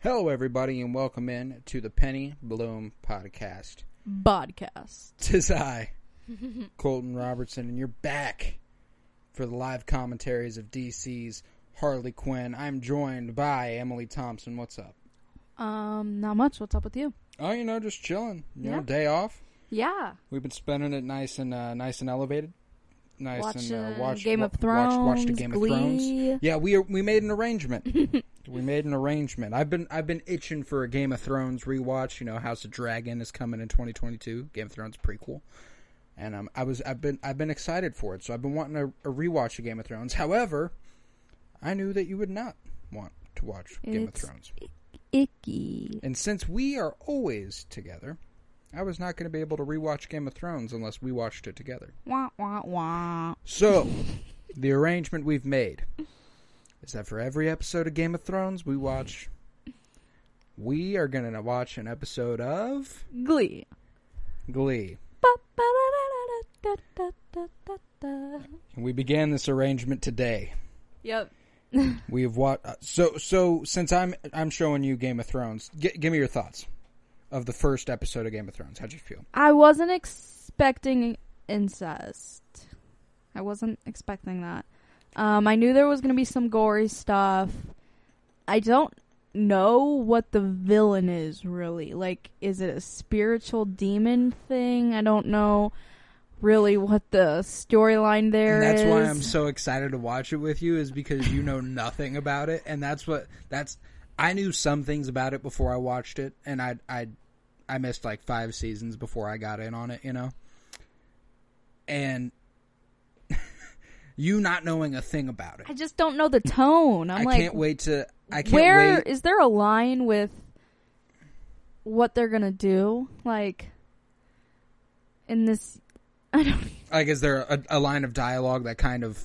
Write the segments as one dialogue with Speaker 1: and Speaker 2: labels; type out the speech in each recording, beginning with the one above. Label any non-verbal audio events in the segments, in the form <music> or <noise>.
Speaker 1: Hello, everybody, and welcome in to the Penny Bloom Podcast. <laughs>
Speaker 2: Podcast.
Speaker 1: Tis
Speaker 2: <laughs>
Speaker 1: I, Colton Robertson, and you're back for the live commentaries of DC's Harley Quinn. I'm joined by Emily Thompson. What's up?
Speaker 2: Um, not much. What's up with you?
Speaker 1: Oh, you know, just chilling. You know,
Speaker 2: Yeah.
Speaker 1: day off.
Speaker 2: Yeah.
Speaker 1: We've been spending it nice and uh, nice and elevated. Nice and uh,
Speaker 2: Watching
Speaker 1: watch
Speaker 2: Game
Speaker 1: wa-
Speaker 2: of
Speaker 1: Watch, watch the
Speaker 2: Thrones,
Speaker 1: Game
Speaker 2: Glee.
Speaker 1: of Thrones. Yeah, we we made an arrangement. we made an arrangement. I've been I've been itching for a Game of Thrones rewatch. You know, House of Dragon is coming in 2022. Game of Thrones prequel, and um, I was I've been I've been excited for it. So I've been wanting a, a rewatch of Game of Thrones. However, I knew that you would not want to watch Game of
Speaker 2: It's-
Speaker 1: Thrones.
Speaker 2: Icky.
Speaker 1: And since we are always together, I was not going to be able to rewatch Game of Thrones unless we watched it together.
Speaker 2: Wah wah wah.
Speaker 1: So, the arrangement we've made is that for every episode of Game of Thrones we watch, we are going to watch an episode of
Speaker 2: Glee.
Speaker 1: Glee.
Speaker 2: Ba-ba-da-da-da-da-da-da-da.
Speaker 1: And we began this arrangement today.
Speaker 2: Yep.
Speaker 1: We have watched. Uh, so, so since I'm I'm showing you Game of Thrones, gi- give me your thoughts of the first episode of Game of Thrones. How'd you feel?
Speaker 2: I wasn't expecting incest. I wasn't expecting that. Um, I knew there was going to be some gory stuff. I don't know what the villain is really. Like, is it a spiritual demon thing? I don't know really what the storyline there
Speaker 1: and
Speaker 2: is.
Speaker 1: that's why I'm so excited to watch it with you is because you know nothing about it, and that's what that's. I knew some things about it before I watched it, and I I I missed like five seasons before I got in on it, you know. And <laughs> you not knowing a thing about it,
Speaker 2: I just don't know the tone. I'm
Speaker 1: I
Speaker 2: like,
Speaker 1: can't wait to. I can't
Speaker 2: where
Speaker 1: wait.
Speaker 2: is there a line with what they're gonna do like in this <laughs> i don't
Speaker 1: Like, is there a, a line of dialogue that kind of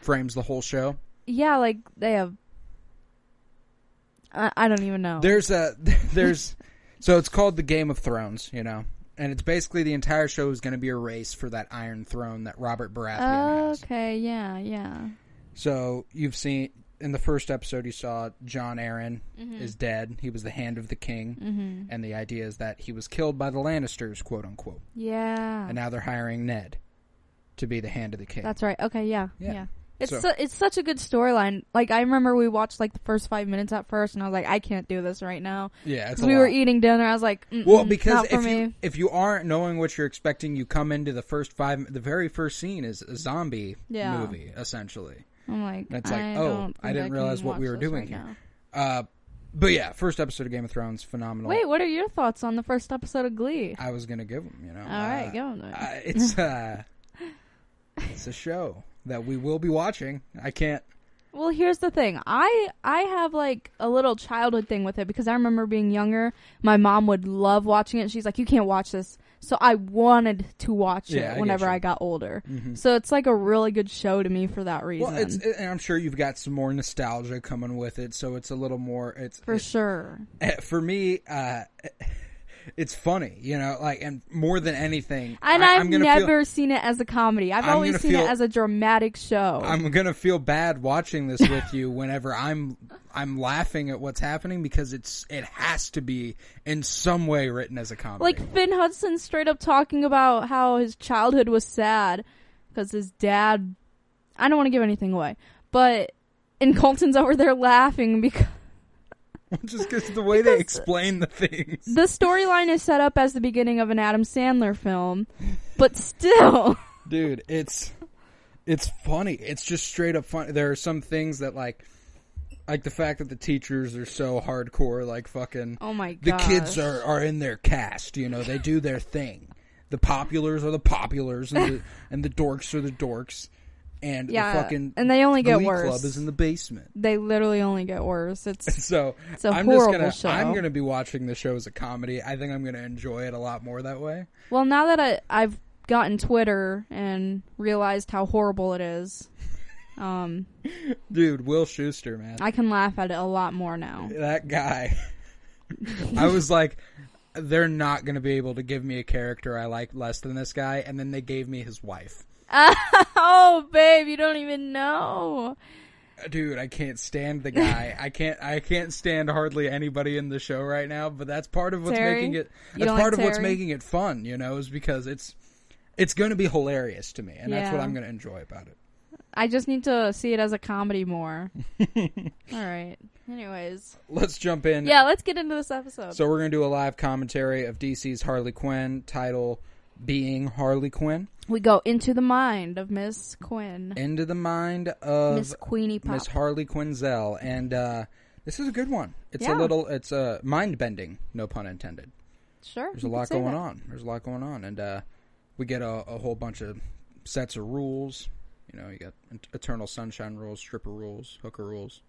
Speaker 1: frames the whole show?
Speaker 2: yeah like they have i, I don't even know
Speaker 1: There's a <laughs> there's so it's called the Game of Thrones, you know, and it's basically the entire show is going to be a race for that Iron Throne that Robert Baratheon has.
Speaker 2: okay yeah yeah
Speaker 1: So you've seen in the first episode you saw John Aaron is dead. He was the hand of the king,
Speaker 2: mm-hmm.
Speaker 1: and the idea is that he was killed by the Lannisters, quote unquote,
Speaker 2: yeah
Speaker 1: and now they're hiring Ned to be the hand of the king.
Speaker 2: Oh. that's right okay yeah
Speaker 1: Yeah.
Speaker 2: yeah, It's,
Speaker 1: So-
Speaker 2: su- it's such a good storyline. Like I remember we watched like the first five minutes at first, and I was like, I can't do this right now.
Speaker 1: yeah, it's
Speaker 2: 'Cause
Speaker 1: a
Speaker 2: we
Speaker 1: lot.
Speaker 2: were eating dinner. I was like, "Mm-mm,
Speaker 1: Well, because
Speaker 2: not for
Speaker 1: if you
Speaker 2: me.
Speaker 1: if you aren't knowing what you're expecting, you come into the first five. The very first scene is a zombie
Speaker 2: Yeah.
Speaker 1: movie, essentially.
Speaker 2: I'm like,
Speaker 1: It's like,
Speaker 2: I
Speaker 1: oh,
Speaker 2: don't
Speaker 1: I
Speaker 2: think
Speaker 1: didn't
Speaker 2: can
Speaker 1: realize what we
Speaker 2: watch
Speaker 1: were
Speaker 2: this
Speaker 1: doing
Speaker 2: right
Speaker 1: here.
Speaker 2: now.
Speaker 1: Uh, but yeah, first episode of Game of Thrones, phenomenal.
Speaker 2: Wait, what are your thoughts on the first episode of Glee?
Speaker 1: I was gonna give them, you know.
Speaker 2: All right, go on.
Speaker 1: Um, Uh,
Speaker 2: <laughs>
Speaker 1: it's uh, it's a show that we will be watching. I can't.
Speaker 2: well, here's the thing. I I have like a little childhood thing with it because I remember being younger. My mom would love watching it. She's like, "You can't watch this." So I wanted to watch
Speaker 1: Yeah, I
Speaker 2: it
Speaker 1: get
Speaker 2: whenever
Speaker 1: you. Mm-hmm.
Speaker 2: I got older. So it's like a really good show to me for that reason.
Speaker 1: Well, it's, and I'm sure you've got some more nostalgia coming with it, so it's a little more. It's
Speaker 2: for sure.
Speaker 1: eh, for me. Uh, <laughs> it's funny, you know, like and more than anything,
Speaker 2: And
Speaker 1: I,
Speaker 2: I,
Speaker 1: am
Speaker 2: have
Speaker 1: gonna Feel,
Speaker 2: never seen it as a comedy. I've
Speaker 1: I'm
Speaker 2: always
Speaker 1: gonna
Speaker 2: seen
Speaker 1: feel-
Speaker 2: it as a dramatic show.
Speaker 1: I'm gonna feel bad watching this with you whenever I'm I'm laughing at what's happening because it's it has to be in some way written as a comedy.
Speaker 2: Like Finn Hudson straight up talking about how his childhood was sad because his dad. I don't want to give anything away, but and Colton's over there laughing because
Speaker 1: <laughs> just because the way they explain the things.
Speaker 2: the storyline is set up as the beginning of an Adam Sandler film, but still, <laughs>
Speaker 1: dude it's it's funny it's just straight up funny there are some things that like like the fact that the teachers are so hardcore like fucking
Speaker 2: oh my god,
Speaker 1: the kids are are in their cast you know they do their thing the populars are the populars and
Speaker 2: <laughs>
Speaker 1: the, and the dorks are the dorks and
Speaker 2: yeah,
Speaker 1: the fucking
Speaker 2: and they only get
Speaker 1: Glee
Speaker 2: worse.
Speaker 1: club is in the basement <laughs>
Speaker 2: they literally only get worse. It's
Speaker 1: so
Speaker 2: It's a
Speaker 1: I'm
Speaker 2: horrible
Speaker 1: just
Speaker 2: show.
Speaker 1: gonna I'm gonna be watching the show as a comedy. I think I'm gonna enjoy it a lot more that way.
Speaker 2: well now that I, I've gotten Twitter and realized how horrible it is. Um,
Speaker 1: Dude, Will Schuster, man.
Speaker 2: I can laugh at it a lot more now. <laughs>
Speaker 1: that guy. <laughs> I was like, they're not going to be able to give me a character I like less than this guy, and then they gave me his wife.
Speaker 2: Oh, babe, you don't even know.
Speaker 1: dude, I can't stand the
Speaker 2: <laughs>
Speaker 1: guy. I can't. I can't stand hardly anybody in the show right now. But that's part of what's
Speaker 2: Terry?
Speaker 1: making it.
Speaker 2: You
Speaker 1: That's
Speaker 2: don't
Speaker 1: part
Speaker 2: like
Speaker 1: of what's
Speaker 2: Terry?
Speaker 1: making it fun. You know, is because it's it's going to be hilarious to me, and that's what
Speaker 2: Yeah.
Speaker 1: I'm going to enjoy about it.
Speaker 2: I just need to see it as a comedy
Speaker 1: <laughs>
Speaker 2: more. All right. Anyways,
Speaker 1: Let's jump in.
Speaker 2: yeah, let's get into this episode.
Speaker 1: So we're going to do a live commentary of DC's Harley Quinn. Title being Harley Quinn
Speaker 2: we go into the mind of Miss Quinn,
Speaker 1: into the mind of
Speaker 2: Miss Queenie Pop.
Speaker 1: Miss Harley Quinzel, and uh, this is a good one. It's
Speaker 2: Yeah.
Speaker 1: a little, it's uh, mind bending, no pun intended.
Speaker 2: sure,
Speaker 1: There's a lot going on. There's a lot going on, and uh, we get a, a whole bunch of sets of rules. You know, you got Eternal Sunshine rules, stripper rules, hooker rules.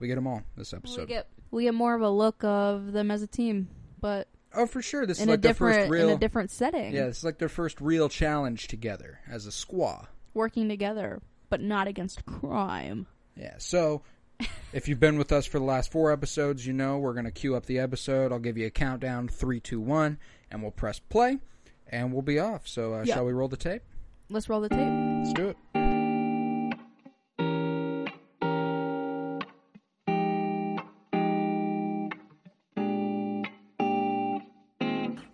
Speaker 1: We get them all this
Speaker 2: We
Speaker 1: episode.
Speaker 2: get we get more of a look of them as a team, but
Speaker 1: oh, for sure. This is
Speaker 2: in a
Speaker 1: like their
Speaker 2: different
Speaker 1: first real.
Speaker 2: in a different setting.
Speaker 1: yeah, this is like their first real challenge together as a squaw.
Speaker 2: working together, but not against crime.
Speaker 1: Yeah.
Speaker 2: <laughs>
Speaker 1: So, if you've been with us for the last four episodes, you know we're going to queue up the episode. I'll give you a countdown: three, two, one, and we'll press play, and we'll be off. So, uh,
Speaker 2: Yeah.
Speaker 1: shall we roll the tape?
Speaker 2: Let's roll the tape.
Speaker 1: Let's do it.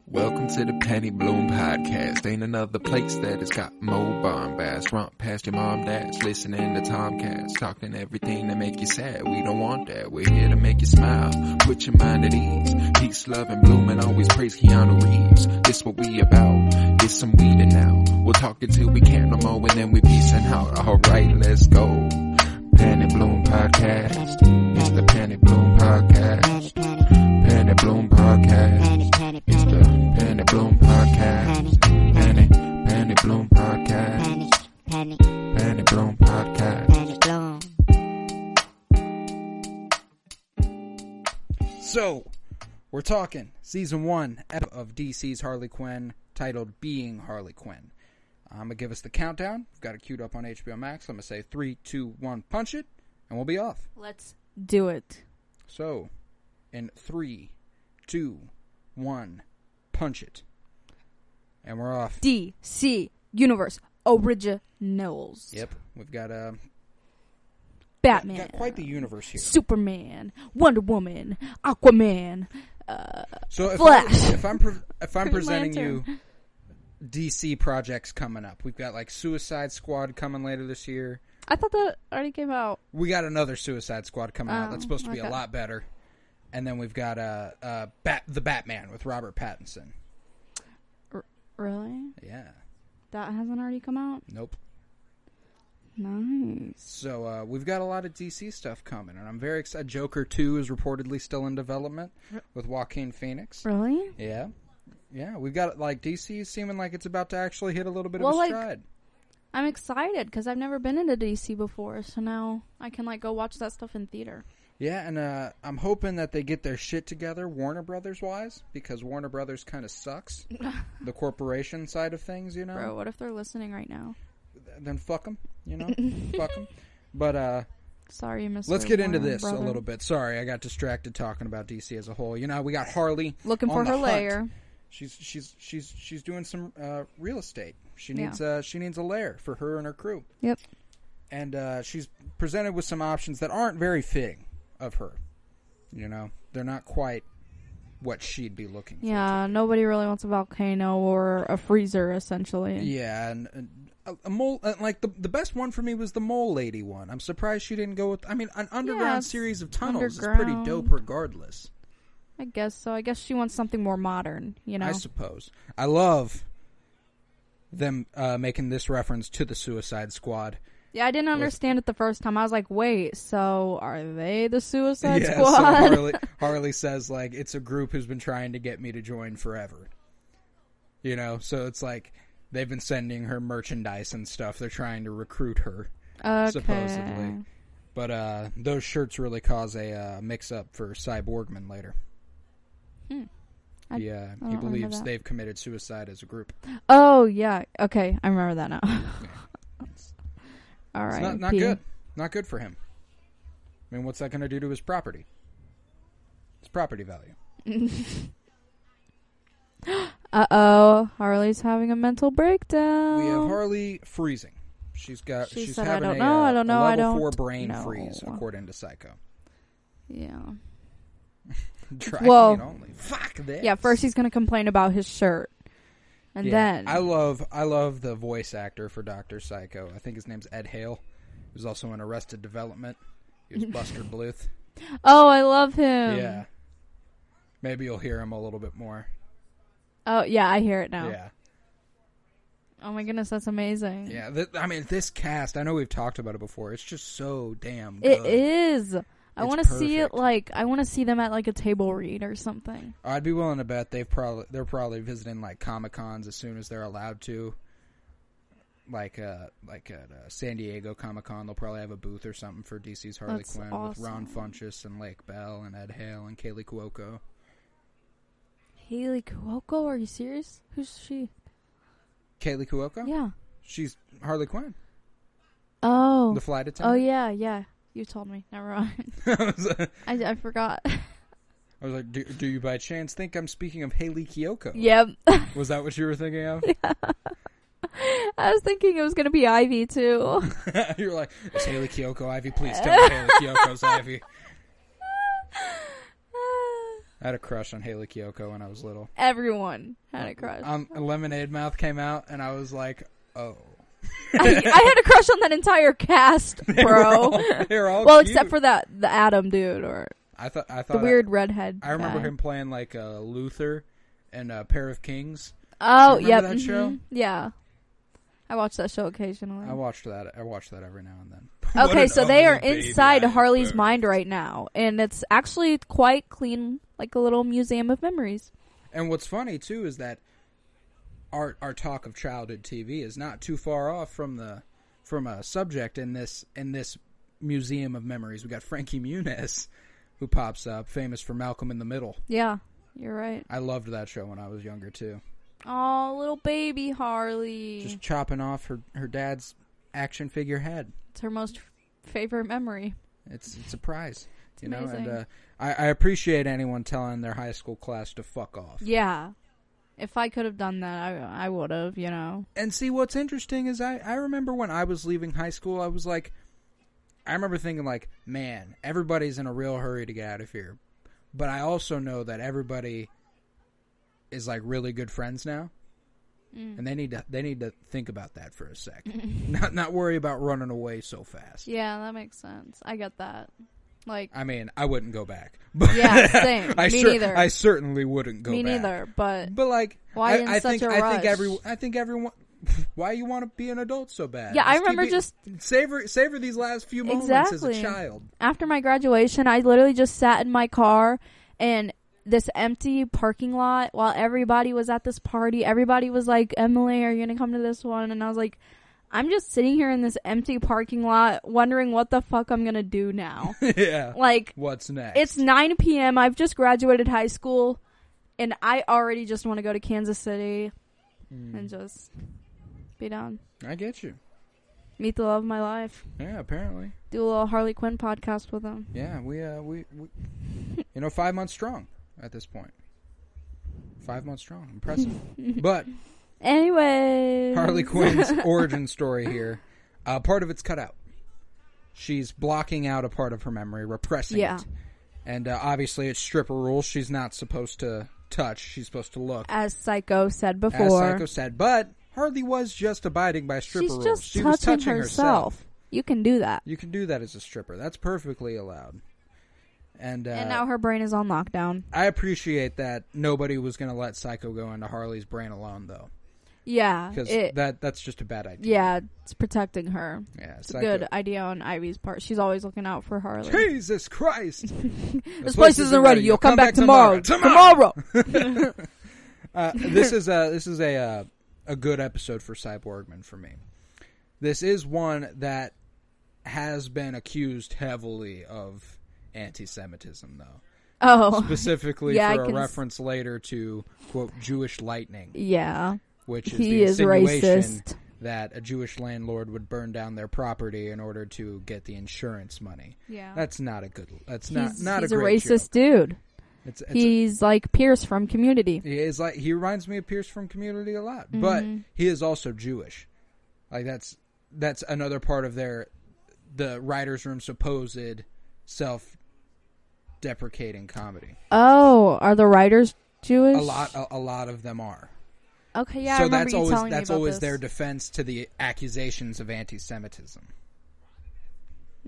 Speaker 3: Welcome to the Penny Bloom Podcast. Ain't another place that has got more bombast. Romp past your mom, dad's listening to Tomcats. Talking everything that make you sad. We don't want that. We're here to make you smile. Put your mind at ease. Peace, love, and bloom, and always praise Keanu Reeves. This what we about. This some weeding now. We'll talk until we can't no more, and then we peacing out. Alright, let's go. Penny Bloom Podcast. It's the Penny Bloom Podcast. Penny Bloom Podcast. It's the Penny Bloom Podcast. Penny, Penny Bloom Podcast. Penny Bloom Podcast.
Speaker 1: So, we're talking season one ep- of DC's Harley Quinn, titled "Being Harley Quinn." I'm gonna give us the countdown. We've got it queued up on HBO Max. I'm gonna say three, two, one, punch it, and we'll be off.
Speaker 2: Let's do it.
Speaker 1: So, in three, two, one, punch it, and we're off.
Speaker 2: DC Universe Originals.
Speaker 1: Yep, we've got uh,
Speaker 2: Batman.
Speaker 1: got quite the universe here.
Speaker 2: Superman, Wonder Woman, Aquaman. Uh,
Speaker 1: So if,
Speaker 2: Flash.
Speaker 1: I, if I'm pre- if I'm
Speaker 2: <laughs> Green
Speaker 1: presenting
Speaker 2: Lantern.
Speaker 1: you DC projects coming up, we've got like Suicide Squad coming later this year.
Speaker 2: I thought that already came out.
Speaker 1: We got another Suicide Squad coming out
Speaker 2: Oh,
Speaker 1: that's supposed to be
Speaker 2: okay.
Speaker 1: a lot better. And then we've got uh, uh, Bat- the Batman with Robert Pattinson.
Speaker 2: Really?
Speaker 1: Yeah,
Speaker 2: That hasn't already come out?
Speaker 1: nope.
Speaker 2: Nice.
Speaker 1: So uh, we've got a lot of DC stuff coming, and I'm very excited. Joker Two is reportedly still in development with Joaquin Phoenix.
Speaker 2: Really?
Speaker 1: Yeah, yeah. We've got like DC is seeming like it's about to actually hit a little bit
Speaker 2: Well,
Speaker 1: of a
Speaker 2: like,
Speaker 1: stride.
Speaker 2: I'm excited because I've never been into DC before, so now I can like go watch that stuff in theater.
Speaker 1: Yeah, and uh, I'm hoping that they get their shit together, Warner Brothers wise, because Warner Brothers kind of
Speaker 2: <laughs>
Speaker 1: sucks. the corporation side of things, you know.
Speaker 2: Bro, what if they're listening right now?
Speaker 1: Then fuck them, you know. fuck them. But uh,
Speaker 2: Sorry, Mr.
Speaker 1: let's get into
Speaker 2: Warner
Speaker 1: this
Speaker 2: brother.
Speaker 1: a little bit. Sorry, I got distracted talking about DC as a whole. You know, we got Harley
Speaker 2: Looking
Speaker 1: on
Speaker 2: for
Speaker 1: the
Speaker 2: her
Speaker 1: hunt.
Speaker 2: layer.
Speaker 1: She's she's she's she's doing some uh, real estate. She
Speaker 2: Yeah.
Speaker 1: needs uh, she needs a lair for her and her crew,
Speaker 2: Yep.
Speaker 1: and uh, she's presented with some options that aren't very fitting of her. You know, they're not quite what she'd be looking for.
Speaker 2: Yeah, nobody really wants a volcano or a freezer, essentially.
Speaker 1: Yeah, and, and a, a mole uh, like the the best one for me was the mole lady one. I'm surprised she didn't go with. I mean, an underground
Speaker 2: it's
Speaker 1: series of tunnels is pretty
Speaker 2: underground.
Speaker 1: dope, regardless.
Speaker 2: I guess so. I guess she wants something more modern, you know?
Speaker 1: I suppose. I love them uh, making this reference to the Suicide Squad.
Speaker 2: yeah, I didn't understand it the first time. I was like, wait, so are they the
Speaker 1: <laughs>
Speaker 2: Suicide
Speaker 1: yeah,
Speaker 2: Squad?
Speaker 1: so Harley, Harley says like it's a group who's been trying to get me to join forever. You know, so it's like they've been sending her merchandise and stuff. They're trying to recruit her.
Speaker 2: <laughs> okay.
Speaker 1: supposedly. But uh, those shirts really cause a uh, mix-up for Cyborgman later.
Speaker 2: Hmm. I-
Speaker 1: He, uh,
Speaker 2: don't
Speaker 1: he
Speaker 2: remember
Speaker 1: believes
Speaker 2: that.
Speaker 1: they've committed suicide as a group.
Speaker 2: Oh, yeah. Okay, I remember that now. <laughs> All right.
Speaker 1: It's not, not
Speaker 2: <laughs>
Speaker 1: good. Not good for him. I mean, what's that going to do to his property? His property value.
Speaker 2: Uh oh, Harley's having a mental breakdown.
Speaker 1: We have Harley freezing. She's got.
Speaker 2: Uh, She
Speaker 1: she's
Speaker 2: said, "I
Speaker 1: having
Speaker 2: don't
Speaker 1: a,
Speaker 2: know,
Speaker 1: uh,
Speaker 2: I don't know,
Speaker 1: A level
Speaker 2: I
Speaker 1: four
Speaker 2: don't
Speaker 1: brain
Speaker 2: know.
Speaker 1: freeze, according to Psycho. <laughs>
Speaker 2: Yeah.
Speaker 1: Dry
Speaker 2: Well-
Speaker 1: clean only. Fuck this.
Speaker 2: Yeah, first he's going to complain about his shirt. And
Speaker 1: Yeah.
Speaker 2: then
Speaker 1: I love I love the voice actor for Doctor Psycho. I think his name's Ed Hale. He was also in Arrested Development. He
Speaker 2: <laughs>
Speaker 1: was Buster Bluth.
Speaker 2: Oh, I love him.
Speaker 1: Yeah. Maybe you'll hear him a little bit more.
Speaker 2: Oh, yeah, I hear it now.
Speaker 1: Yeah.
Speaker 2: Oh my goodness, that's amazing.
Speaker 1: Yeah. Th- I mean, this cast, I know we've talked about it before. It's just so damn good.
Speaker 2: It is. I
Speaker 1: It's
Speaker 2: want to see it
Speaker 1: perfect.
Speaker 2: like I want to see them at like a table read or something.
Speaker 1: I'd be willing to bet they've probably they're probably visiting like Comic Cons as soon as they're allowed to. Like uh like at uh, San Diego Comic Con, they'll probably have a booth or something for DC's Harley
Speaker 2: That's
Speaker 1: Quinn with Ron
Speaker 2: awesome.
Speaker 1: Funches and Lake Bell and Ed Hale and Kaylee Cuoco.
Speaker 2: Haley Cuoco, are you serious? Who's she?
Speaker 1: Kaylee Cuoco?
Speaker 2: Yeah.
Speaker 1: She's Harley Quinn,
Speaker 2: Oh.
Speaker 1: the flight
Speaker 2: oh
Speaker 1: attendant.
Speaker 2: yeah, yeah. You told me. Never mind.
Speaker 1: <laughs> yeah. I was, uh,
Speaker 2: I, I forgot. <laughs>
Speaker 1: I was like, do, do you by chance think I'm speaking of Haley Kiyoko?
Speaker 2: yep.
Speaker 1: Was that what you were thinking
Speaker 2: <laughs>
Speaker 1: of? <laughs>
Speaker 2: I was thinking it was gonna be Ivy too. <laughs>
Speaker 1: you were like, it's Haley Kiyoko, Ivy. Please tell me Haley Kiyoko's Ivy. I had a crush on Haley Kiyoko when I was little.
Speaker 2: Everyone had a crush.
Speaker 1: Um, Lemonade Mouth came out, and I was like, oh.
Speaker 2: <laughs> I, I had a crush on that
Speaker 1: <laughs>
Speaker 2: entire cast, bro.
Speaker 1: They're all
Speaker 2: well,
Speaker 1: cute.
Speaker 2: except for that the Adam dude or
Speaker 1: I thought I
Speaker 2: the
Speaker 1: thought
Speaker 2: weird redhead.
Speaker 1: I, I remember
Speaker 2: guy.
Speaker 1: him playing like uh, Luther and a pair of kings.
Speaker 2: Oh,
Speaker 1: Do you
Speaker 2: yeah,
Speaker 1: remember that show?
Speaker 2: Yeah. I watch that show occasionally.
Speaker 1: I watched that. I watched that every now and then. What
Speaker 2: Okay,
Speaker 1: an
Speaker 2: so they are
Speaker 1: ugly baby
Speaker 2: inside
Speaker 1: I am,
Speaker 2: Harley's
Speaker 1: though.
Speaker 2: mind right now, and it's actually quite clean, like a little museum of memories.
Speaker 1: And what's funny too is that our our talk of childhood TV is not too far off from the from a subject in this in this museum of memories. We got Frankie Muniz who pops up, famous for Malcolm in the Middle.
Speaker 2: Yeah, you're right.
Speaker 1: I loved that show when I was younger too.
Speaker 2: Oh, little baby Harley.
Speaker 1: Just chopping off her her dad's action figure head.
Speaker 2: it's her most f- favorite memory.
Speaker 1: It's it's a prize, you know. And
Speaker 2: amazing.
Speaker 1: uh, I, I appreciate anyone telling their high school class to fuck off.
Speaker 2: Yeah. If I could have done that, I, I would have, you know.
Speaker 1: and see what's interesting is I, I remember when I was leaving high school, I was like, I remember thinking like, man, everybody's in a real hurry to get out of here, but I also know that everybody is like really good friends now,
Speaker 2: Mm.
Speaker 1: and they need to they need to think about that for a
Speaker 2: <laughs>
Speaker 1: sec, not not worry about running away so fast.
Speaker 2: Yeah, that makes sense. I get that. Like,
Speaker 1: I mean, I wouldn't go back. <laughs> But
Speaker 2: Yeah, same.
Speaker 1: <laughs> I
Speaker 2: Me neither.
Speaker 1: I certainly wouldn't go
Speaker 2: me
Speaker 1: back.
Speaker 2: neither, but
Speaker 1: But like,
Speaker 2: Why
Speaker 1: I,
Speaker 2: in
Speaker 1: I
Speaker 2: such
Speaker 1: think,
Speaker 2: a
Speaker 1: I think
Speaker 2: rush?
Speaker 1: every, I think everyone. <laughs> Why you want to be an adult so bad?
Speaker 2: Yeah, I
Speaker 1: keep
Speaker 2: remember
Speaker 1: it-
Speaker 2: just-
Speaker 1: savor savor these last few moments as
Speaker 2: Exactly.
Speaker 1: a child. <laughs>
Speaker 2: after my graduation, I literally just sat in my car and this empty parking lot while everybody was at this party. Everybody was like, Emily, are you going to come to this one? And I was like, I'm just sitting here in this empty parking lot wondering what the fuck I'm going to do now.
Speaker 1: yeah.
Speaker 2: like,
Speaker 1: What's next?
Speaker 2: it's 9 p.m. I've just graduated high school and I already just want to go to Kansas City and just be down.
Speaker 1: I get you.
Speaker 2: Meet the love of my life.
Speaker 1: Yeah, apparently.
Speaker 2: Do a little Harley Quinn podcast with them.
Speaker 1: Yeah, we uh we, we you know five months strong at this point. Five months strong,
Speaker 2: <laughs>
Speaker 1: impressive. but
Speaker 2: Anyway. <laughs>
Speaker 1: Harley Quinn's origin story here. Uh, part of it's cut out. She's blocking out a part of her memory, repressing
Speaker 2: Yeah.
Speaker 1: it. And uh, obviously, it's stripper rules. She's not supposed to touch. She's supposed to look.
Speaker 2: as Psycho said
Speaker 1: As
Speaker 2: before,
Speaker 1: Psycho said, but Harley was just abiding by stripper
Speaker 2: she's
Speaker 1: rules.
Speaker 2: just
Speaker 1: she
Speaker 2: touching,
Speaker 1: was touching
Speaker 2: herself. You can do that.
Speaker 1: You can do that as a stripper. That's perfectly allowed. And, uh,
Speaker 2: and now her brain is on lockdown.
Speaker 1: I appreciate that nobody was going to let Psycho go into Harley's brain alone, though,
Speaker 2: Yeah,
Speaker 1: because
Speaker 2: it.
Speaker 1: that that's just a bad idea.
Speaker 2: yeah, it's protecting her.
Speaker 1: Yeah,
Speaker 2: It's a good idea on Ivy's part. She's always looking out for Harley.
Speaker 1: Jesus Christ!
Speaker 2: this place isn't ready. You'll come, back, tomorrow. Tomorrow.
Speaker 1: <laughs> Uh, this is a this is a uh, a good episode for Cyborgman for me. This is one that has been accused heavily of anti-Semitism, though
Speaker 2: <laughs> oh,
Speaker 1: specifically
Speaker 2: <laughs> Yeah, I
Speaker 1: for a
Speaker 2: can s-
Speaker 1: reference later to quote Jewish lightning,
Speaker 2: yeah.
Speaker 1: which is
Speaker 2: He
Speaker 1: the
Speaker 2: is
Speaker 1: insinuation
Speaker 2: racist.
Speaker 1: that a Jewish landlord would burn down their property in order to get the insurance money.
Speaker 2: Yeah.
Speaker 1: That's not a good. That's
Speaker 2: He's,
Speaker 1: not not
Speaker 2: he's
Speaker 1: a,
Speaker 2: a,
Speaker 1: great
Speaker 2: racist
Speaker 1: joke.
Speaker 2: dude.
Speaker 1: It's, it's a-
Speaker 2: He's like Pierce from Community.
Speaker 1: He is like
Speaker 2: Mm-hmm.
Speaker 1: he reminds me of Pierce from Community a lot, but he is also Jewish. Like that's that's another part of their the writers' room supposed self deprecating comedy.
Speaker 2: Oh, are the writers Jewish?
Speaker 1: A lot, a, a lot of them are.
Speaker 2: Okay, yeah, I
Speaker 1: so
Speaker 2: remember
Speaker 1: that's
Speaker 2: you
Speaker 1: always
Speaker 2: telling me
Speaker 1: that's
Speaker 2: about
Speaker 1: always
Speaker 2: this.
Speaker 1: their defense to the accusations of anti-Semitism.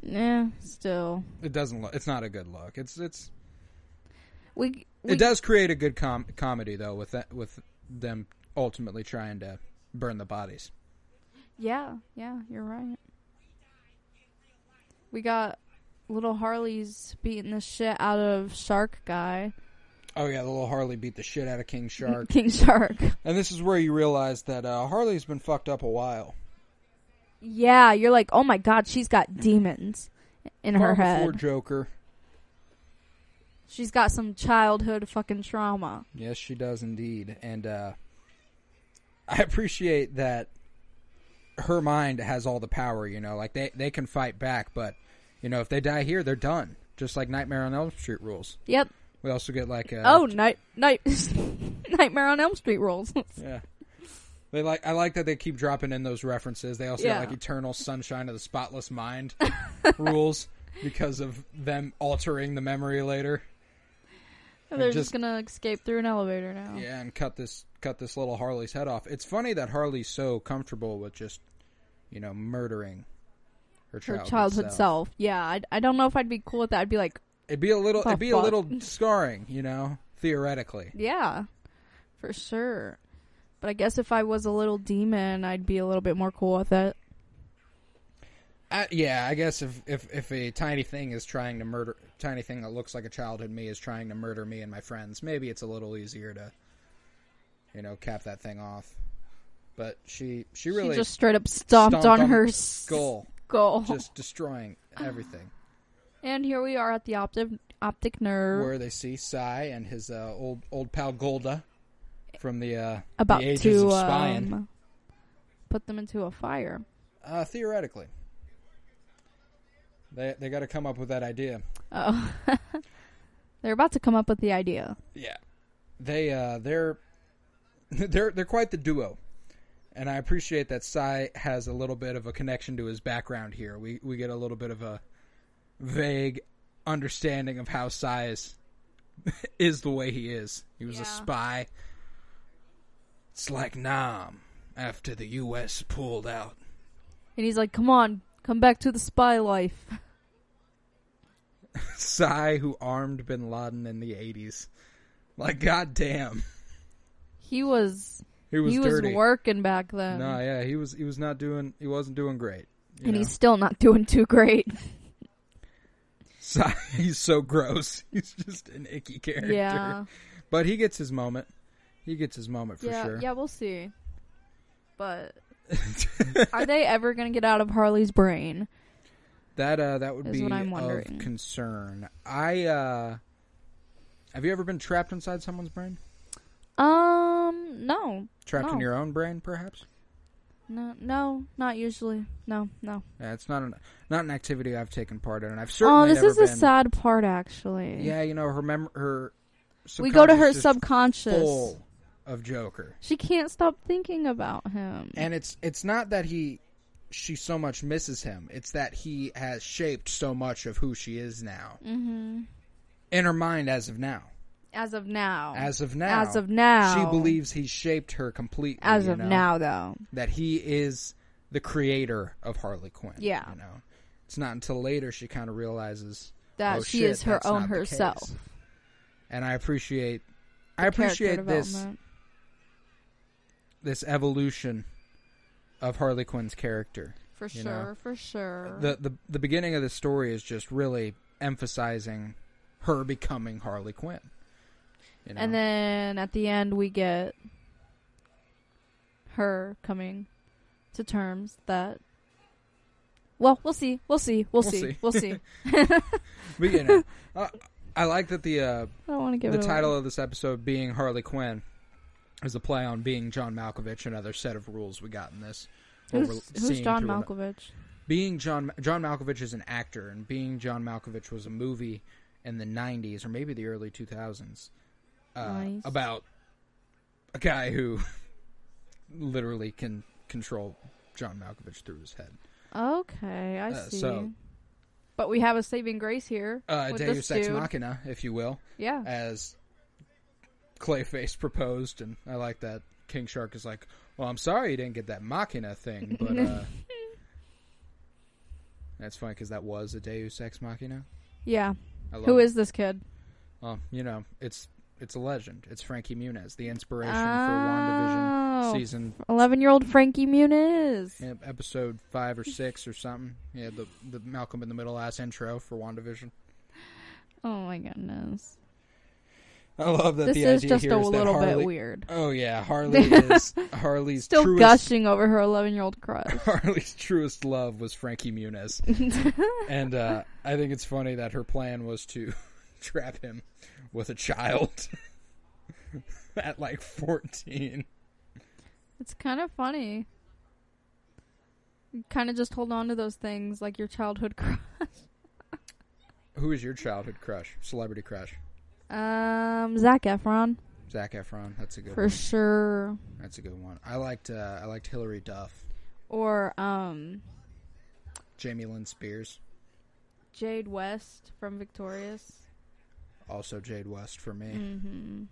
Speaker 2: Yeah, still.
Speaker 1: It doesn't look. It's not a good look. It's it's.
Speaker 2: We, we
Speaker 1: it does create a good com- comedy though with that with them ultimately trying to burn the bodies.
Speaker 2: Yeah, yeah, you're right. We got little Harley's beating the shit out of Shark Guy,
Speaker 1: Oh yeah, the little Harley beat the shit out of King <laughs> Shark,
Speaker 2: <laughs> King Shark.
Speaker 1: and this is where you realize that uh, Harley's been fucked up a while.
Speaker 2: Yeah, you're like, oh my god, she's got demons in her
Speaker 1: Far before
Speaker 2: head.
Speaker 1: Joker.
Speaker 2: She's got some childhood fucking trauma.
Speaker 1: Yes, she does indeed. And uh, I appreciate that her mind has all the power, you know, like they, they can fight back, but, you know, if they die here, they're done. Just like Nightmare on Elm Street rules.
Speaker 2: Yep.
Speaker 1: We also get like a,
Speaker 2: Oh, night, night, <laughs> Nightmare on Elm Street rolls. <laughs>
Speaker 1: yeah. They like I like that they keep dropping in those references. They also
Speaker 2: Yeah.
Speaker 1: got like Eternal Sunshine of the Spotless
Speaker 2: <laughs>
Speaker 1: Mind rules because of them altering the memory later.
Speaker 2: They're just,
Speaker 1: just-
Speaker 2: gonna escape through an elevator now.
Speaker 1: Yeah, and cut this cut this little Harley's head off. It's funny that Harley's so comfortable with just, you know, murdering her
Speaker 2: Her
Speaker 1: childhood,
Speaker 2: childhood self. Yeah, I, I don't know if I'd be cool with that. I'd be like,
Speaker 1: It'd be a little
Speaker 2: The
Speaker 1: it'd be
Speaker 2: Oh, fuck?
Speaker 1: a little
Speaker 2: <laughs>
Speaker 1: scarring, you know, theoretically.
Speaker 2: Yeah, for sure. But I guess if I was a little demon, I'd be a little bit more cool with it.
Speaker 1: I, yeah, I guess if, if if a tiny thing is trying to murder tiny thing that looks like a childhood me is trying to murder me and my friends, maybe it's a little easier to you know, cap that thing off. But she she really
Speaker 2: she just straight up stomped,
Speaker 1: stomped
Speaker 2: on,
Speaker 1: on
Speaker 2: her
Speaker 1: skull,
Speaker 2: skull.
Speaker 1: just destroying everything.
Speaker 2: and here we are at the optic optic nerve.
Speaker 1: where they see Sai and his uh, old old pal Golda from the uh,
Speaker 2: about
Speaker 1: the ages
Speaker 2: to
Speaker 1: of spying.
Speaker 2: um, put them into a fire.
Speaker 1: uh, theoretically, they they got to come up with that idea.
Speaker 2: Oh, <laughs> they're about to come up with the idea.
Speaker 1: Yeah, they uh, they're <laughs> they're they're quite the duo, and I appreciate that Sai has a little bit of a connection to his background here. We we get a little bit of a vague understanding of how Sai is <laughs> is the way he is. He was
Speaker 2: Yeah.
Speaker 1: a spy. It's like Nam after the U.S. pulled out. <laughs>
Speaker 2: And he's like, "Come on, come back to the spy life." <laughs>
Speaker 1: Sai, who armed Bin Laden in the '80s, like goddamn,
Speaker 2: He was
Speaker 1: he was
Speaker 2: he was
Speaker 1: dirty.
Speaker 2: working back then,
Speaker 1: no, yeah, he was he was not doing he wasn't doing great. you
Speaker 2: Um, and
Speaker 1: know?
Speaker 2: he's still not <laughs> doing too great.
Speaker 1: <laughs> So, he's so gross. <laughs> He's just an icky character.
Speaker 2: yeah.
Speaker 1: But he gets his moment. He gets his moment for
Speaker 2: yeah,
Speaker 1: sure.
Speaker 2: Yeah, we'll see.
Speaker 1: <laughs>
Speaker 2: But are they ever going to get out of Harley's brain?
Speaker 1: That uh that would
Speaker 2: Is
Speaker 1: be
Speaker 2: what I'm wondering.
Speaker 1: of concern. I uh have you ever been trapped inside someone's brain?
Speaker 2: Um, no.
Speaker 1: Trapped
Speaker 2: No.
Speaker 1: in your own brain, perhaps?
Speaker 2: No, no, not usually. No, no.
Speaker 1: Yeah, it's not an not an activity I've taken part in, and I've certainly
Speaker 2: Oh, this
Speaker 1: never
Speaker 2: is the
Speaker 1: been-
Speaker 2: sad part actually.
Speaker 1: Yeah, you know her mem her.
Speaker 2: We go to
Speaker 1: subconscious
Speaker 2: her
Speaker 1: is
Speaker 2: subconscious.
Speaker 1: full of Joker.
Speaker 2: She can't stop thinking about him.
Speaker 1: and it's it's not that he she so much misses him it's that he has shaped so much of who she is now
Speaker 2: mm-hmm.
Speaker 1: in her mind as of now
Speaker 2: As of now.
Speaker 1: as of now
Speaker 2: As of now.
Speaker 1: she believes he shaped her completely
Speaker 2: As
Speaker 1: you
Speaker 2: of
Speaker 1: know,
Speaker 2: now though.
Speaker 1: that he is the creator of harley quinn
Speaker 2: Yeah.
Speaker 1: you know it's not until later she kind of realizes
Speaker 2: That
Speaker 1: oh,
Speaker 2: she
Speaker 1: shit,
Speaker 2: is her
Speaker 1: that's
Speaker 2: own
Speaker 1: not the case.
Speaker 2: herself.
Speaker 1: and i appreciate i appreciate
Speaker 2: Character
Speaker 1: this
Speaker 2: development.
Speaker 1: this evolution of harley quinn's character
Speaker 2: For
Speaker 1: you
Speaker 2: sure,
Speaker 1: know.
Speaker 2: for sure.
Speaker 1: the, the the beginning of the story is just really emphasizing her becoming Harley Quinn. You know?
Speaker 2: And then at the end, we get her coming to terms that. Well, we'll see. We'll see. We'll,
Speaker 1: We'll
Speaker 2: see.
Speaker 1: see. <laughs>
Speaker 2: We'll see. I
Speaker 1: but, you
Speaker 2: <laughs>
Speaker 1: know, I, I like that the uh,
Speaker 2: don't want to give
Speaker 1: the
Speaker 2: it away.
Speaker 1: title of this episode being Harley Quinn is a play on being John Malkovich. Another set of rules we got in this. or we're
Speaker 2: Who's, who's
Speaker 1: seeing
Speaker 2: John
Speaker 1: through an-
Speaker 2: Malkovich?
Speaker 1: being John John Malkovich is an actor, and being John Malkovich was a movie in the '90s or maybe the early 2000s uh,
Speaker 2: Nice.
Speaker 1: <laughs> about a guy who literally can control John Malkovich through his head.
Speaker 2: Okay, I
Speaker 1: Uh,
Speaker 2: see.
Speaker 1: so-
Speaker 2: but we have a saving grace here.
Speaker 1: Uh,
Speaker 2: with
Speaker 1: Deus
Speaker 2: this
Speaker 1: Ex
Speaker 2: dude. Oh.
Speaker 1: Machina, if you will,
Speaker 2: Yeah.
Speaker 1: as Clayface proposed, and I like that. King Shark is like, "Well, I'm sorry you didn't get that Machina
Speaker 2: <laughs>
Speaker 1: thing, but uh, that's funny because that was a Deus Ex Machina.
Speaker 2: yeah.
Speaker 1: I love
Speaker 2: Who
Speaker 1: it.
Speaker 2: is this kid?
Speaker 1: Um, you know, it's it's a legend. It's Frankie Muniz, the inspiration for WandaVision
Speaker 2: Oh,
Speaker 1: season
Speaker 2: 11 year old Frankie Muniz.
Speaker 1: yeah, episode five or six or something. Yeah, the the Malcolm in the Middle ass intro for WandaVision.
Speaker 2: Oh my goodness.
Speaker 1: I love that
Speaker 2: This
Speaker 1: the
Speaker 2: is
Speaker 1: idea
Speaker 2: just
Speaker 1: here
Speaker 2: a
Speaker 1: is that
Speaker 2: little
Speaker 1: Harley.
Speaker 2: bit weird.
Speaker 1: Oh yeah,
Speaker 2: <laughs>
Speaker 1: Harley is Harley's
Speaker 2: Still
Speaker 1: truest
Speaker 2: gushing over her 11 year old crush.
Speaker 1: <laughs> Harley's truest love was Frankie
Speaker 2: <laughs>
Speaker 1: Muniz, and uh, I think it's funny that her plan was to <laughs> trap him with a child <laughs> at like fourteen.
Speaker 2: It's kind of funny. Kind of just hold on to those things like your childhood <laughs> crush.
Speaker 1: Who is your childhood crush, celebrity crush?
Speaker 2: Um, Zach Efron
Speaker 1: Zac Efron. That's a good.
Speaker 2: for sure,
Speaker 1: That's a good one. I liked. Uh, I liked Hillary Duff,
Speaker 2: or um,
Speaker 1: Jamie Lynn Spears,
Speaker 2: Jade West from Victorious.
Speaker 1: also Jade West for me.
Speaker 2: Mm-hmm.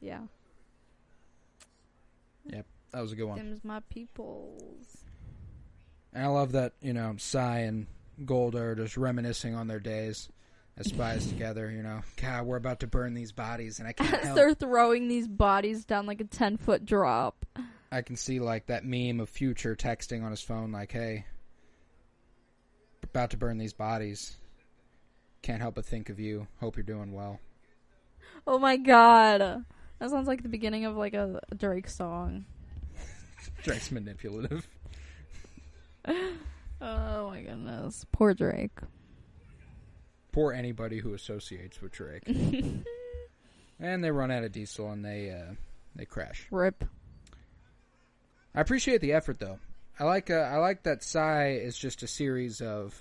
Speaker 2: Yeah,
Speaker 1: That was a good one.
Speaker 2: them's my peoples.
Speaker 1: And I love that you know Cy and Gold are just reminiscing on their days as spies together. You know, God, we're about to burn these bodies, and I
Speaker 2: <laughs>
Speaker 1: can't
Speaker 2: As
Speaker 1: help.
Speaker 2: they're throwing these bodies down like a ten foot drop.
Speaker 1: I can see like that meme of Future texting on his phone, like, "Hey, about to burn these bodies. Can't help but think of you. Hope you're doing well." <laughs>
Speaker 2: Oh my god, that sounds like the beginning of like a Drake song.
Speaker 1: Drake's manipulative.
Speaker 2: Oh my goodness, poor Drake.
Speaker 1: Poor anybody who associates with
Speaker 2: <laughs>
Speaker 1: Drake. and they run out of diesel and they uh, they crash.
Speaker 2: Rip.
Speaker 1: I appreciate the effort though. I like uh, I like that Psy is just a series of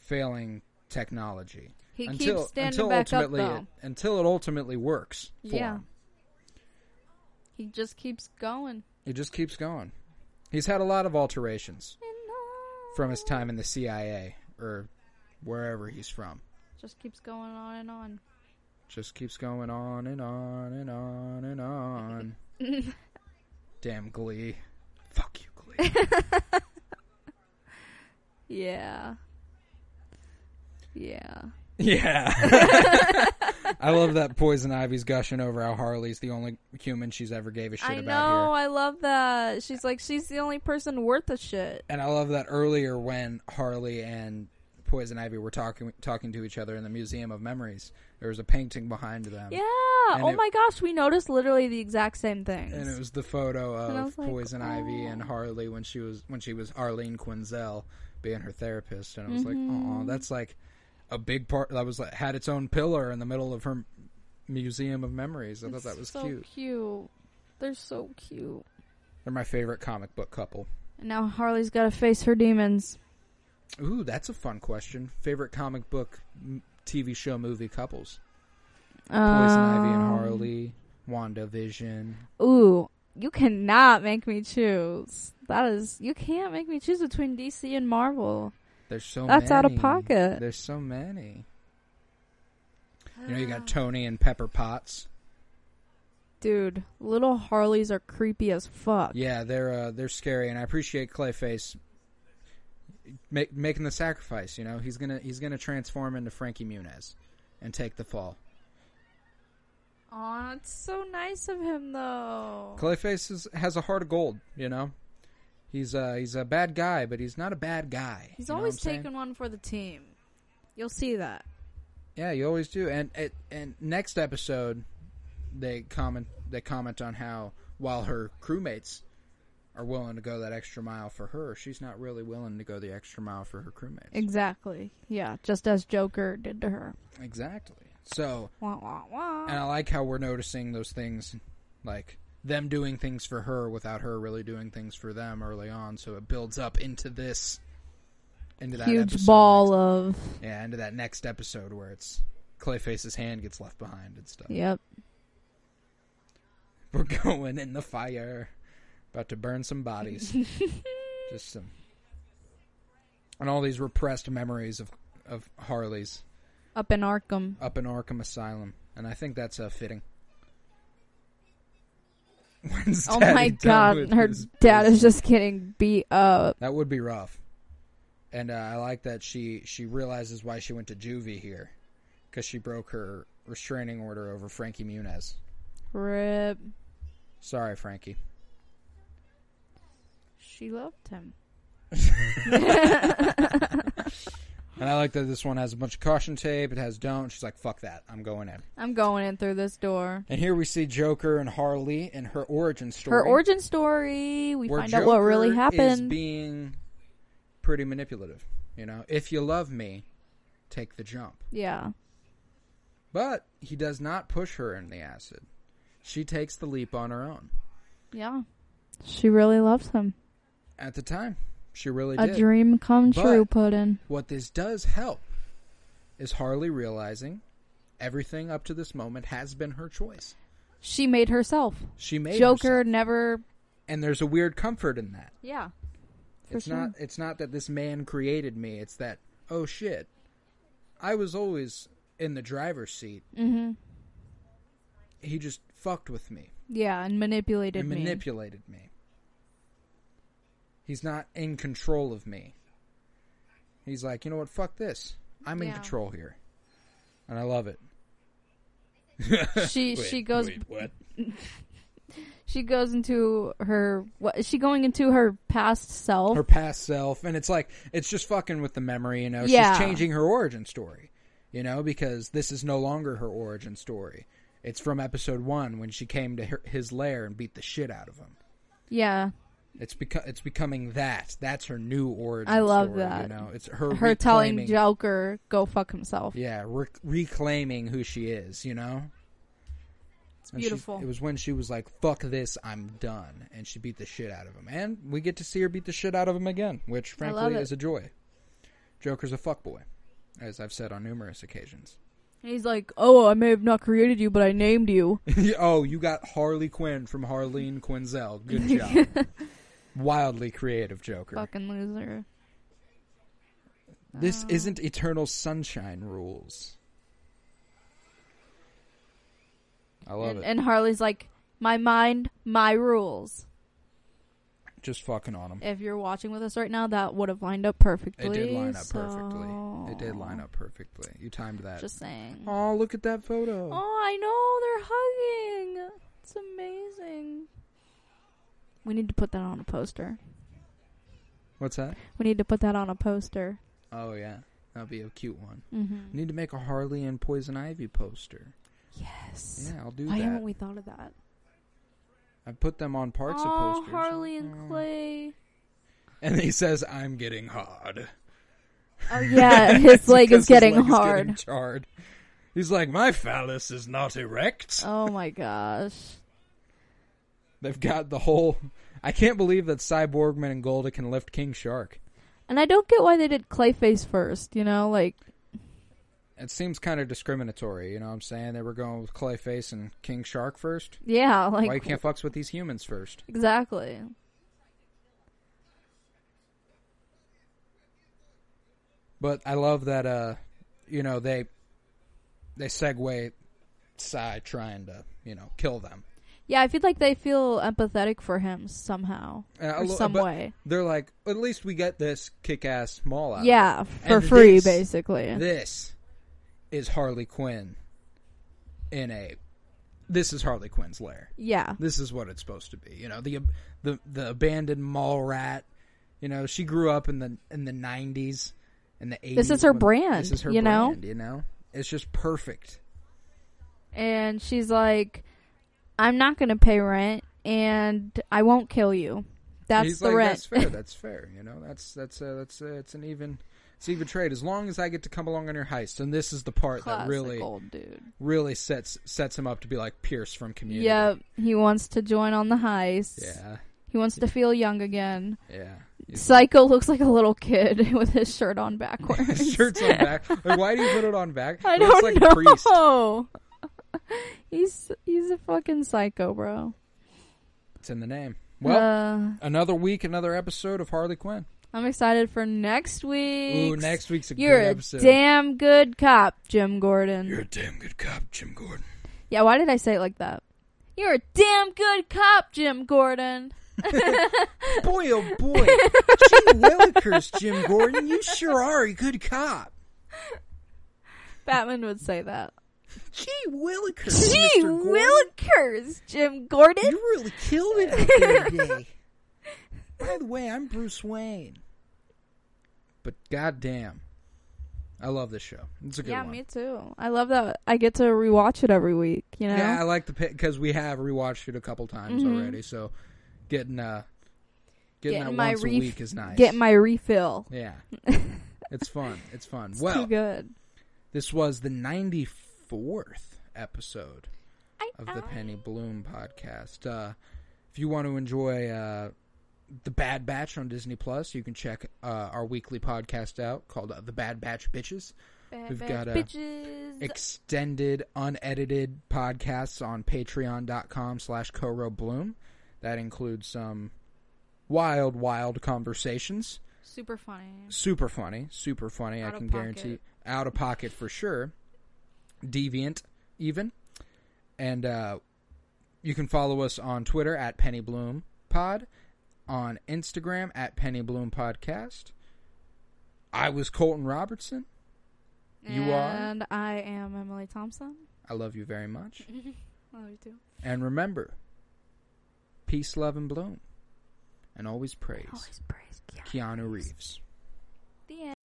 Speaker 1: failing technology
Speaker 2: He
Speaker 1: until
Speaker 2: keeps standing
Speaker 1: until
Speaker 2: back up
Speaker 1: ultimately
Speaker 2: though.
Speaker 1: it, until it ultimately works. For
Speaker 2: Yeah.
Speaker 1: him.
Speaker 2: He just keeps going.
Speaker 1: It just keeps going. He's had a lot of alterations from his time in the CIA or wherever he's from.
Speaker 2: Just keeps going on and on.
Speaker 1: Just keeps going on and on and on and on. <laughs> Damn Glee. Fuck you,
Speaker 2: <laughs>
Speaker 1: Glee.
Speaker 2: Yeah. Yeah. <laughs>
Speaker 1: yeah. I love that Poison Ivy's gushing over how Harley's the only human she's ever gave a shit
Speaker 2: I
Speaker 1: about
Speaker 2: know.
Speaker 1: here.
Speaker 2: I love that. She's like, she's the only person worth a shit.
Speaker 1: And I love that earlier when Harley and Poison Ivy were talking talking to each other in the Museum of Memories. There was a painting behind them.
Speaker 2: Yeah.
Speaker 1: And
Speaker 2: oh
Speaker 1: it-
Speaker 2: my gosh, we noticed literally the exact same things.
Speaker 1: and it was the photo
Speaker 2: And I
Speaker 1: of
Speaker 2: was like,
Speaker 1: Poison Ivy and
Speaker 2: "Oh."
Speaker 1: Harley when she was when she was Arlene Quinzel being her therapist, and I was like,
Speaker 2: Mm-hmm.
Speaker 1: oh, that's like a big part that was like had its own pillar in the middle of her m- museum of memories. I
Speaker 2: It's
Speaker 1: thought that was
Speaker 2: so
Speaker 1: cute.
Speaker 2: They're so cute.
Speaker 1: They're my favorite comic book couple.
Speaker 2: And now Harley's got to face her demons.
Speaker 1: Ooh, that's a fun question. Favorite comic book, m- TV show, movie couples: Poison Ivy and
Speaker 2: Um,
Speaker 1: Harley, WandaVision.
Speaker 2: Ooh, you cannot make me choose. That is, you can't make me choose between DC and Marvel.
Speaker 1: There's so
Speaker 2: That's out of
Speaker 1: many.
Speaker 2: pocket.
Speaker 1: There's so many. You know, you
Speaker 2: Ah.
Speaker 1: got Tony and Pepper Potts.
Speaker 2: Dude, little Harleys are creepy as fuck.
Speaker 1: Yeah, they're uh, they're scary, and I appreciate Clayface make, making the sacrifice. You know, he's gonna he's gonna transform into Frankie Muniz and take the fall.
Speaker 2: Aw, it's so nice of him though.
Speaker 1: Clayface is, has a heart of gold. You know, he's uh, he's a bad guy, but he's not a bad guy.
Speaker 2: He's
Speaker 1: You know
Speaker 2: always
Speaker 1: what I'm saying?
Speaker 2: taking one for the team. You'll see that.
Speaker 1: Yeah, you always do. And it, and next episode, they comment they comment on how while her crewmates are willing to go that extra mile for her, she's not really willing to go the extra mile for her crewmates.
Speaker 2: Exactly. Yeah, just as Joker did to her.
Speaker 1: exactly. So.
Speaker 2: Wah, wah, wah.
Speaker 1: And I like how we're noticing those things, like them doing things for her without her really doing things for them early on. So it builds up into this, into that
Speaker 2: Huge
Speaker 1: episode
Speaker 2: ball of.
Speaker 1: next- yeah, into that next episode where it's Clayface's hand gets left behind and stuff.
Speaker 2: Yep.
Speaker 1: <laughs>
Speaker 2: <laughs>
Speaker 1: We're going in the fire, about to burn some bodies. Just some. And all these repressed memories of, of Harley's
Speaker 2: Up
Speaker 1: <laughs>
Speaker 2: in Arkham.
Speaker 1: up in Arkham Asylum. And I think that's uh, fitting. <laughs> When's
Speaker 2: Oh
Speaker 1: Daddy
Speaker 2: my
Speaker 1: done
Speaker 2: god,
Speaker 1: with
Speaker 2: her
Speaker 1: this
Speaker 2: dad
Speaker 1: business?
Speaker 2: is just getting beat up.
Speaker 1: That would be rough. And uh, I like that she she realizes why she went to juvie here, because she broke her restraining order over Frankie Muniz.
Speaker 2: Rip.
Speaker 1: Sorry, Frankie.
Speaker 2: She loved him.
Speaker 1: And I like that this one has a bunch of caution tape. It has don't. She's like, fuck that. I'm going in.
Speaker 2: I'm going in through this door.
Speaker 1: And here we see Joker and Harley and her origin story.
Speaker 2: Her origin story. We
Speaker 1: where
Speaker 2: find out what really
Speaker 1: Joker Is
Speaker 2: happened.
Speaker 1: being pretty manipulative. You know, if you love me, take the jump.
Speaker 2: yeah.
Speaker 1: But he does not push her in the acid. She takes the leap on her own.
Speaker 2: Yeah. She really loves him.
Speaker 1: At the time, she really
Speaker 2: A
Speaker 1: did.
Speaker 2: dream come
Speaker 1: But-
Speaker 2: true, Puddin.
Speaker 1: What this does help is Harley realizing everything up to this moment has been her choice.
Speaker 2: She made herself.
Speaker 1: She made
Speaker 2: Joker
Speaker 1: herself.
Speaker 2: never.
Speaker 1: and there's a weird comfort in that.
Speaker 2: Yeah. For
Speaker 1: it's
Speaker 2: sure.
Speaker 1: not it's not that this man created me, it's that oh shit. I was always in the driver's seat.
Speaker 2: Mm-hmm.
Speaker 1: He just fucked with me.
Speaker 2: Yeah, and manipulated
Speaker 1: and
Speaker 2: me.
Speaker 1: manipulated me. He's not in control of me. He's like, you know what? Fuck this. I'm in
Speaker 2: Yeah.
Speaker 1: control here, and I love it.
Speaker 2: she
Speaker 1: Wait,
Speaker 2: she goes
Speaker 1: wait, what?
Speaker 2: she goes into her what is she going into her past self?
Speaker 1: Her past self, and it's like it's just fucking with the memory. You know,
Speaker 2: Yeah.
Speaker 1: she's changing her origin story. You know, because this is no longer her origin story. It's from episode one when she came to her, his lair and beat the shit out of him.
Speaker 2: yeah.
Speaker 1: It's beco- it's becoming that. That's her new origin.
Speaker 2: I love
Speaker 1: story, You
Speaker 2: that.
Speaker 1: know, it's her
Speaker 2: Her telling
Speaker 1: reclaiming-
Speaker 2: Joker go fuck himself.
Speaker 1: Yeah, rec- reclaiming who she is, you know? It's
Speaker 2: beautiful.
Speaker 1: it was when she was like, fuck this, I'm done. And she beat the shit out of him. And we get to see her beat the shit out of him again, which
Speaker 2: I love
Speaker 1: frankly
Speaker 2: it.
Speaker 1: is a joy. Joker's a fuckboy, as I've said on numerous occasions. <laughs>
Speaker 2: And he's like, "Oh, I may have not created you, but I
Speaker 1: <laughs>
Speaker 2: named you."
Speaker 1: oh, you got Harley Quinn from Harleen Quinzel.
Speaker 2: <laughs>
Speaker 1: Good job. Wildly creative Joker.
Speaker 2: Fucking loser. Oh.
Speaker 1: This isn't Eternal Sunshine rules. I love
Speaker 2: and,
Speaker 1: it.
Speaker 2: and Harley's like, "My mind, my rules."
Speaker 1: Just fucking on him.
Speaker 2: If you're watching with us right now, that would have lined up perfectly.
Speaker 1: It did line up
Speaker 2: so-
Speaker 1: perfectly. It did line up perfectly. You timed that.
Speaker 2: Just saying.
Speaker 1: oh, look at that photo.
Speaker 2: Oh, I know they're hugging. It's amazing. We need to put that on a poster.
Speaker 1: What's that?
Speaker 2: We need to put that on a poster.
Speaker 1: Oh yeah, that'd be a cute one.
Speaker 2: Mm-hmm.
Speaker 1: Need to make a Harley and Poison Ivy poster.
Speaker 2: Yes.
Speaker 1: Yeah, I'll do
Speaker 2: Why
Speaker 1: that.
Speaker 2: haven't we thought of that?
Speaker 1: I put them on parts of
Speaker 2: oh,
Speaker 1: posters.
Speaker 2: Harley and
Speaker 1: Oh. <laughs>
Speaker 2: Clay.
Speaker 1: And he says, "I'm getting hard." <laughs>
Speaker 2: Oh yeah, <laughs> his leg
Speaker 1: Because
Speaker 2: is
Speaker 1: his
Speaker 2: getting
Speaker 1: leg's
Speaker 2: hard.
Speaker 1: getting charred. He's like, "My phallus is not erect."
Speaker 2: <laughs> oh my gosh.
Speaker 1: They've got the whole. I can't believe that Cyborgman and Golda can lift King Shark.
Speaker 2: And I don't get why they did Clayface first. You know, like
Speaker 1: it seems kind of discriminatory. You know what I'm saying? They were going with Clayface and King Shark first.
Speaker 2: yeah,
Speaker 1: Why you
Speaker 2: like
Speaker 1: can't fucks with these humans first?
Speaker 2: exactly.
Speaker 1: But I love that. Uh, you know they they segue Psy trying to you know kill them.
Speaker 2: Yeah, I feel like they feel empathetic for him somehow
Speaker 1: Uh, a
Speaker 2: or
Speaker 1: lo-
Speaker 2: some
Speaker 1: but
Speaker 2: way.
Speaker 1: They're like, at least we get this kick-ass mall out.
Speaker 2: Yeah, for
Speaker 1: uh, And
Speaker 2: free
Speaker 1: this-
Speaker 2: basically.
Speaker 1: This is Harley Quinn in a. This is Harley Quinn's lair.
Speaker 2: yeah.
Speaker 1: this is what it's supposed to be. You know, the the the abandoned mall rat. You know, she grew up in the in the nineties and the eighties.
Speaker 2: This is her brand,
Speaker 1: This is her
Speaker 2: you know?
Speaker 1: brand, you know? It's just perfect.
Speaker 2: and she's like, "I'm not gonna pay rent, and I won't kill you. That's
Speaker 1: He's
Speaker 2: the
Speaker 1: like,
Speaker 2: rent."
Speaker 1: That's
Speaker 2: <laughs>
Speaker 1: fair, that's fair, you know. That's that's uh, that's uh, it's an even it's even trade as long as I get to come along on your heist. And this is the part
Speaker 2: Classic
Speaker 1: that really
Speaker 2: old dude.
Speaker 1: really sets sets him up to be like Pierce from community.
Speaker 2: Yep, he wants to join on the heist.
Speaker 1: Yeah.
Speaker 2: He wants to feel young again. <laughs>
Speaker 1: Yeah. He's-
Speaker 2: Psycho looks like a little kid <laughs> with his shirt on
Speaker 1: <laughs>
Speaker 2: backwards.
Speaker 1: His shirt's on back. Like, why do you put it on back?
Speaker 2: I
Speaker 1: It looks
Speaker 2: don't
Speaker 1: like
Speaker 2: know. <laughs>
Speaker 1: Priest.
Speaker 2: he's he's a fucking psycho, bro.
Speaker 1: It's in the name. Well,
Speaker 2: Uh,
Speaker 1: another week, another episode of Harley Quinn.
Speaker 2: I'm excited for next week.
Speaker 1: Ooh, next week's a
Speaker 2: You're
Speaker 1: good
Speaker 2: a
Speaker 1: episode.
Speaker 2: damn good cop, Jim Gordon.
Speaker 1: You're a damn good cop, Jim Gordon.
Speaker 2: yeah, why did I say it like that? You're a damn good cop, Jim Gordon.
Speaker 1: Boy, oh boy.
Speaker 2: <laughs>
Speaker 1: Gee willikers, Jim Gordon. You sure are a good cop.
Speaker 2: Batman would
Speaker 1: <laughs>
Speaker 2: say that.
Speaker 1: Gee willikers, Mr.
Speaker 2: Gee,
Speaker 1: Gordon.
Speaker 2: Willikers, Jim Gordon.
Speaker 1: You really killed it out
Speaker 2: <laughs>
Speaker 1: there today. By the way, I'm Bruce Wayne. But goddamn, I love this show. It's a good
Speaker 2: Yeah,
Speaker 1: one.
Speaker 2: me too. I love that I get to rewatch it every week. You know, Mm-hmm.
Speaker 1: Yeah, I like the because we have rewatched it a couple times already, so getting uh getting,
Speaker 2: Getting
Speaker 1: that
Speaker 2: my
Speaker 1: once
Speaker 2: ref-
Speaker 1: a week is nice.
Speaker 2: get my refill. <laughs>
Speaker 1: yeah, it's fun. It's fun.
Speaker 2: It's too
Speaker 1: well,
Speaker 2: good.
Speaker 1: this was the ninety fourth episode
Speaker 2: I,
Speaker 1: of the Penny Bloom podcast. Uh, if you want to enjoy uh, the Bad Batch on Disney Plus, you can check uh, our weekly podcast out called uh, The Bad Batch Bitches. We've got, uh,
Speaker 2: bitches.
Speaker 1: Extended, unedited podcasts on patreon.com slash Koro Bloom. That includes some wild, wild conversations.
Speaker 2: Super funny.
Speaker 1: Super funny, super funny. I
Speaker 2: Out of
Speaker 1: can
Speaker 2: pocket.
Speaker 1: guarantee out of pocket for sure. Deviant, even, and uh, you can follow us on Twitter at Penny Bloom Pod, on Instagram at Penny Bloom Podcast. I was Colton Robertson. You are?
Speaker 2: And I am Emily Thompson.
Speaker 1: I love you very much,
Speaker 2: Oh, you too.
Speaker 1: and remember, peace, love, and bloom, and always praise
Speaker 2: Always praise Keanu.
Speaker 1: Keanu Reeves.
Speaker 2: The end.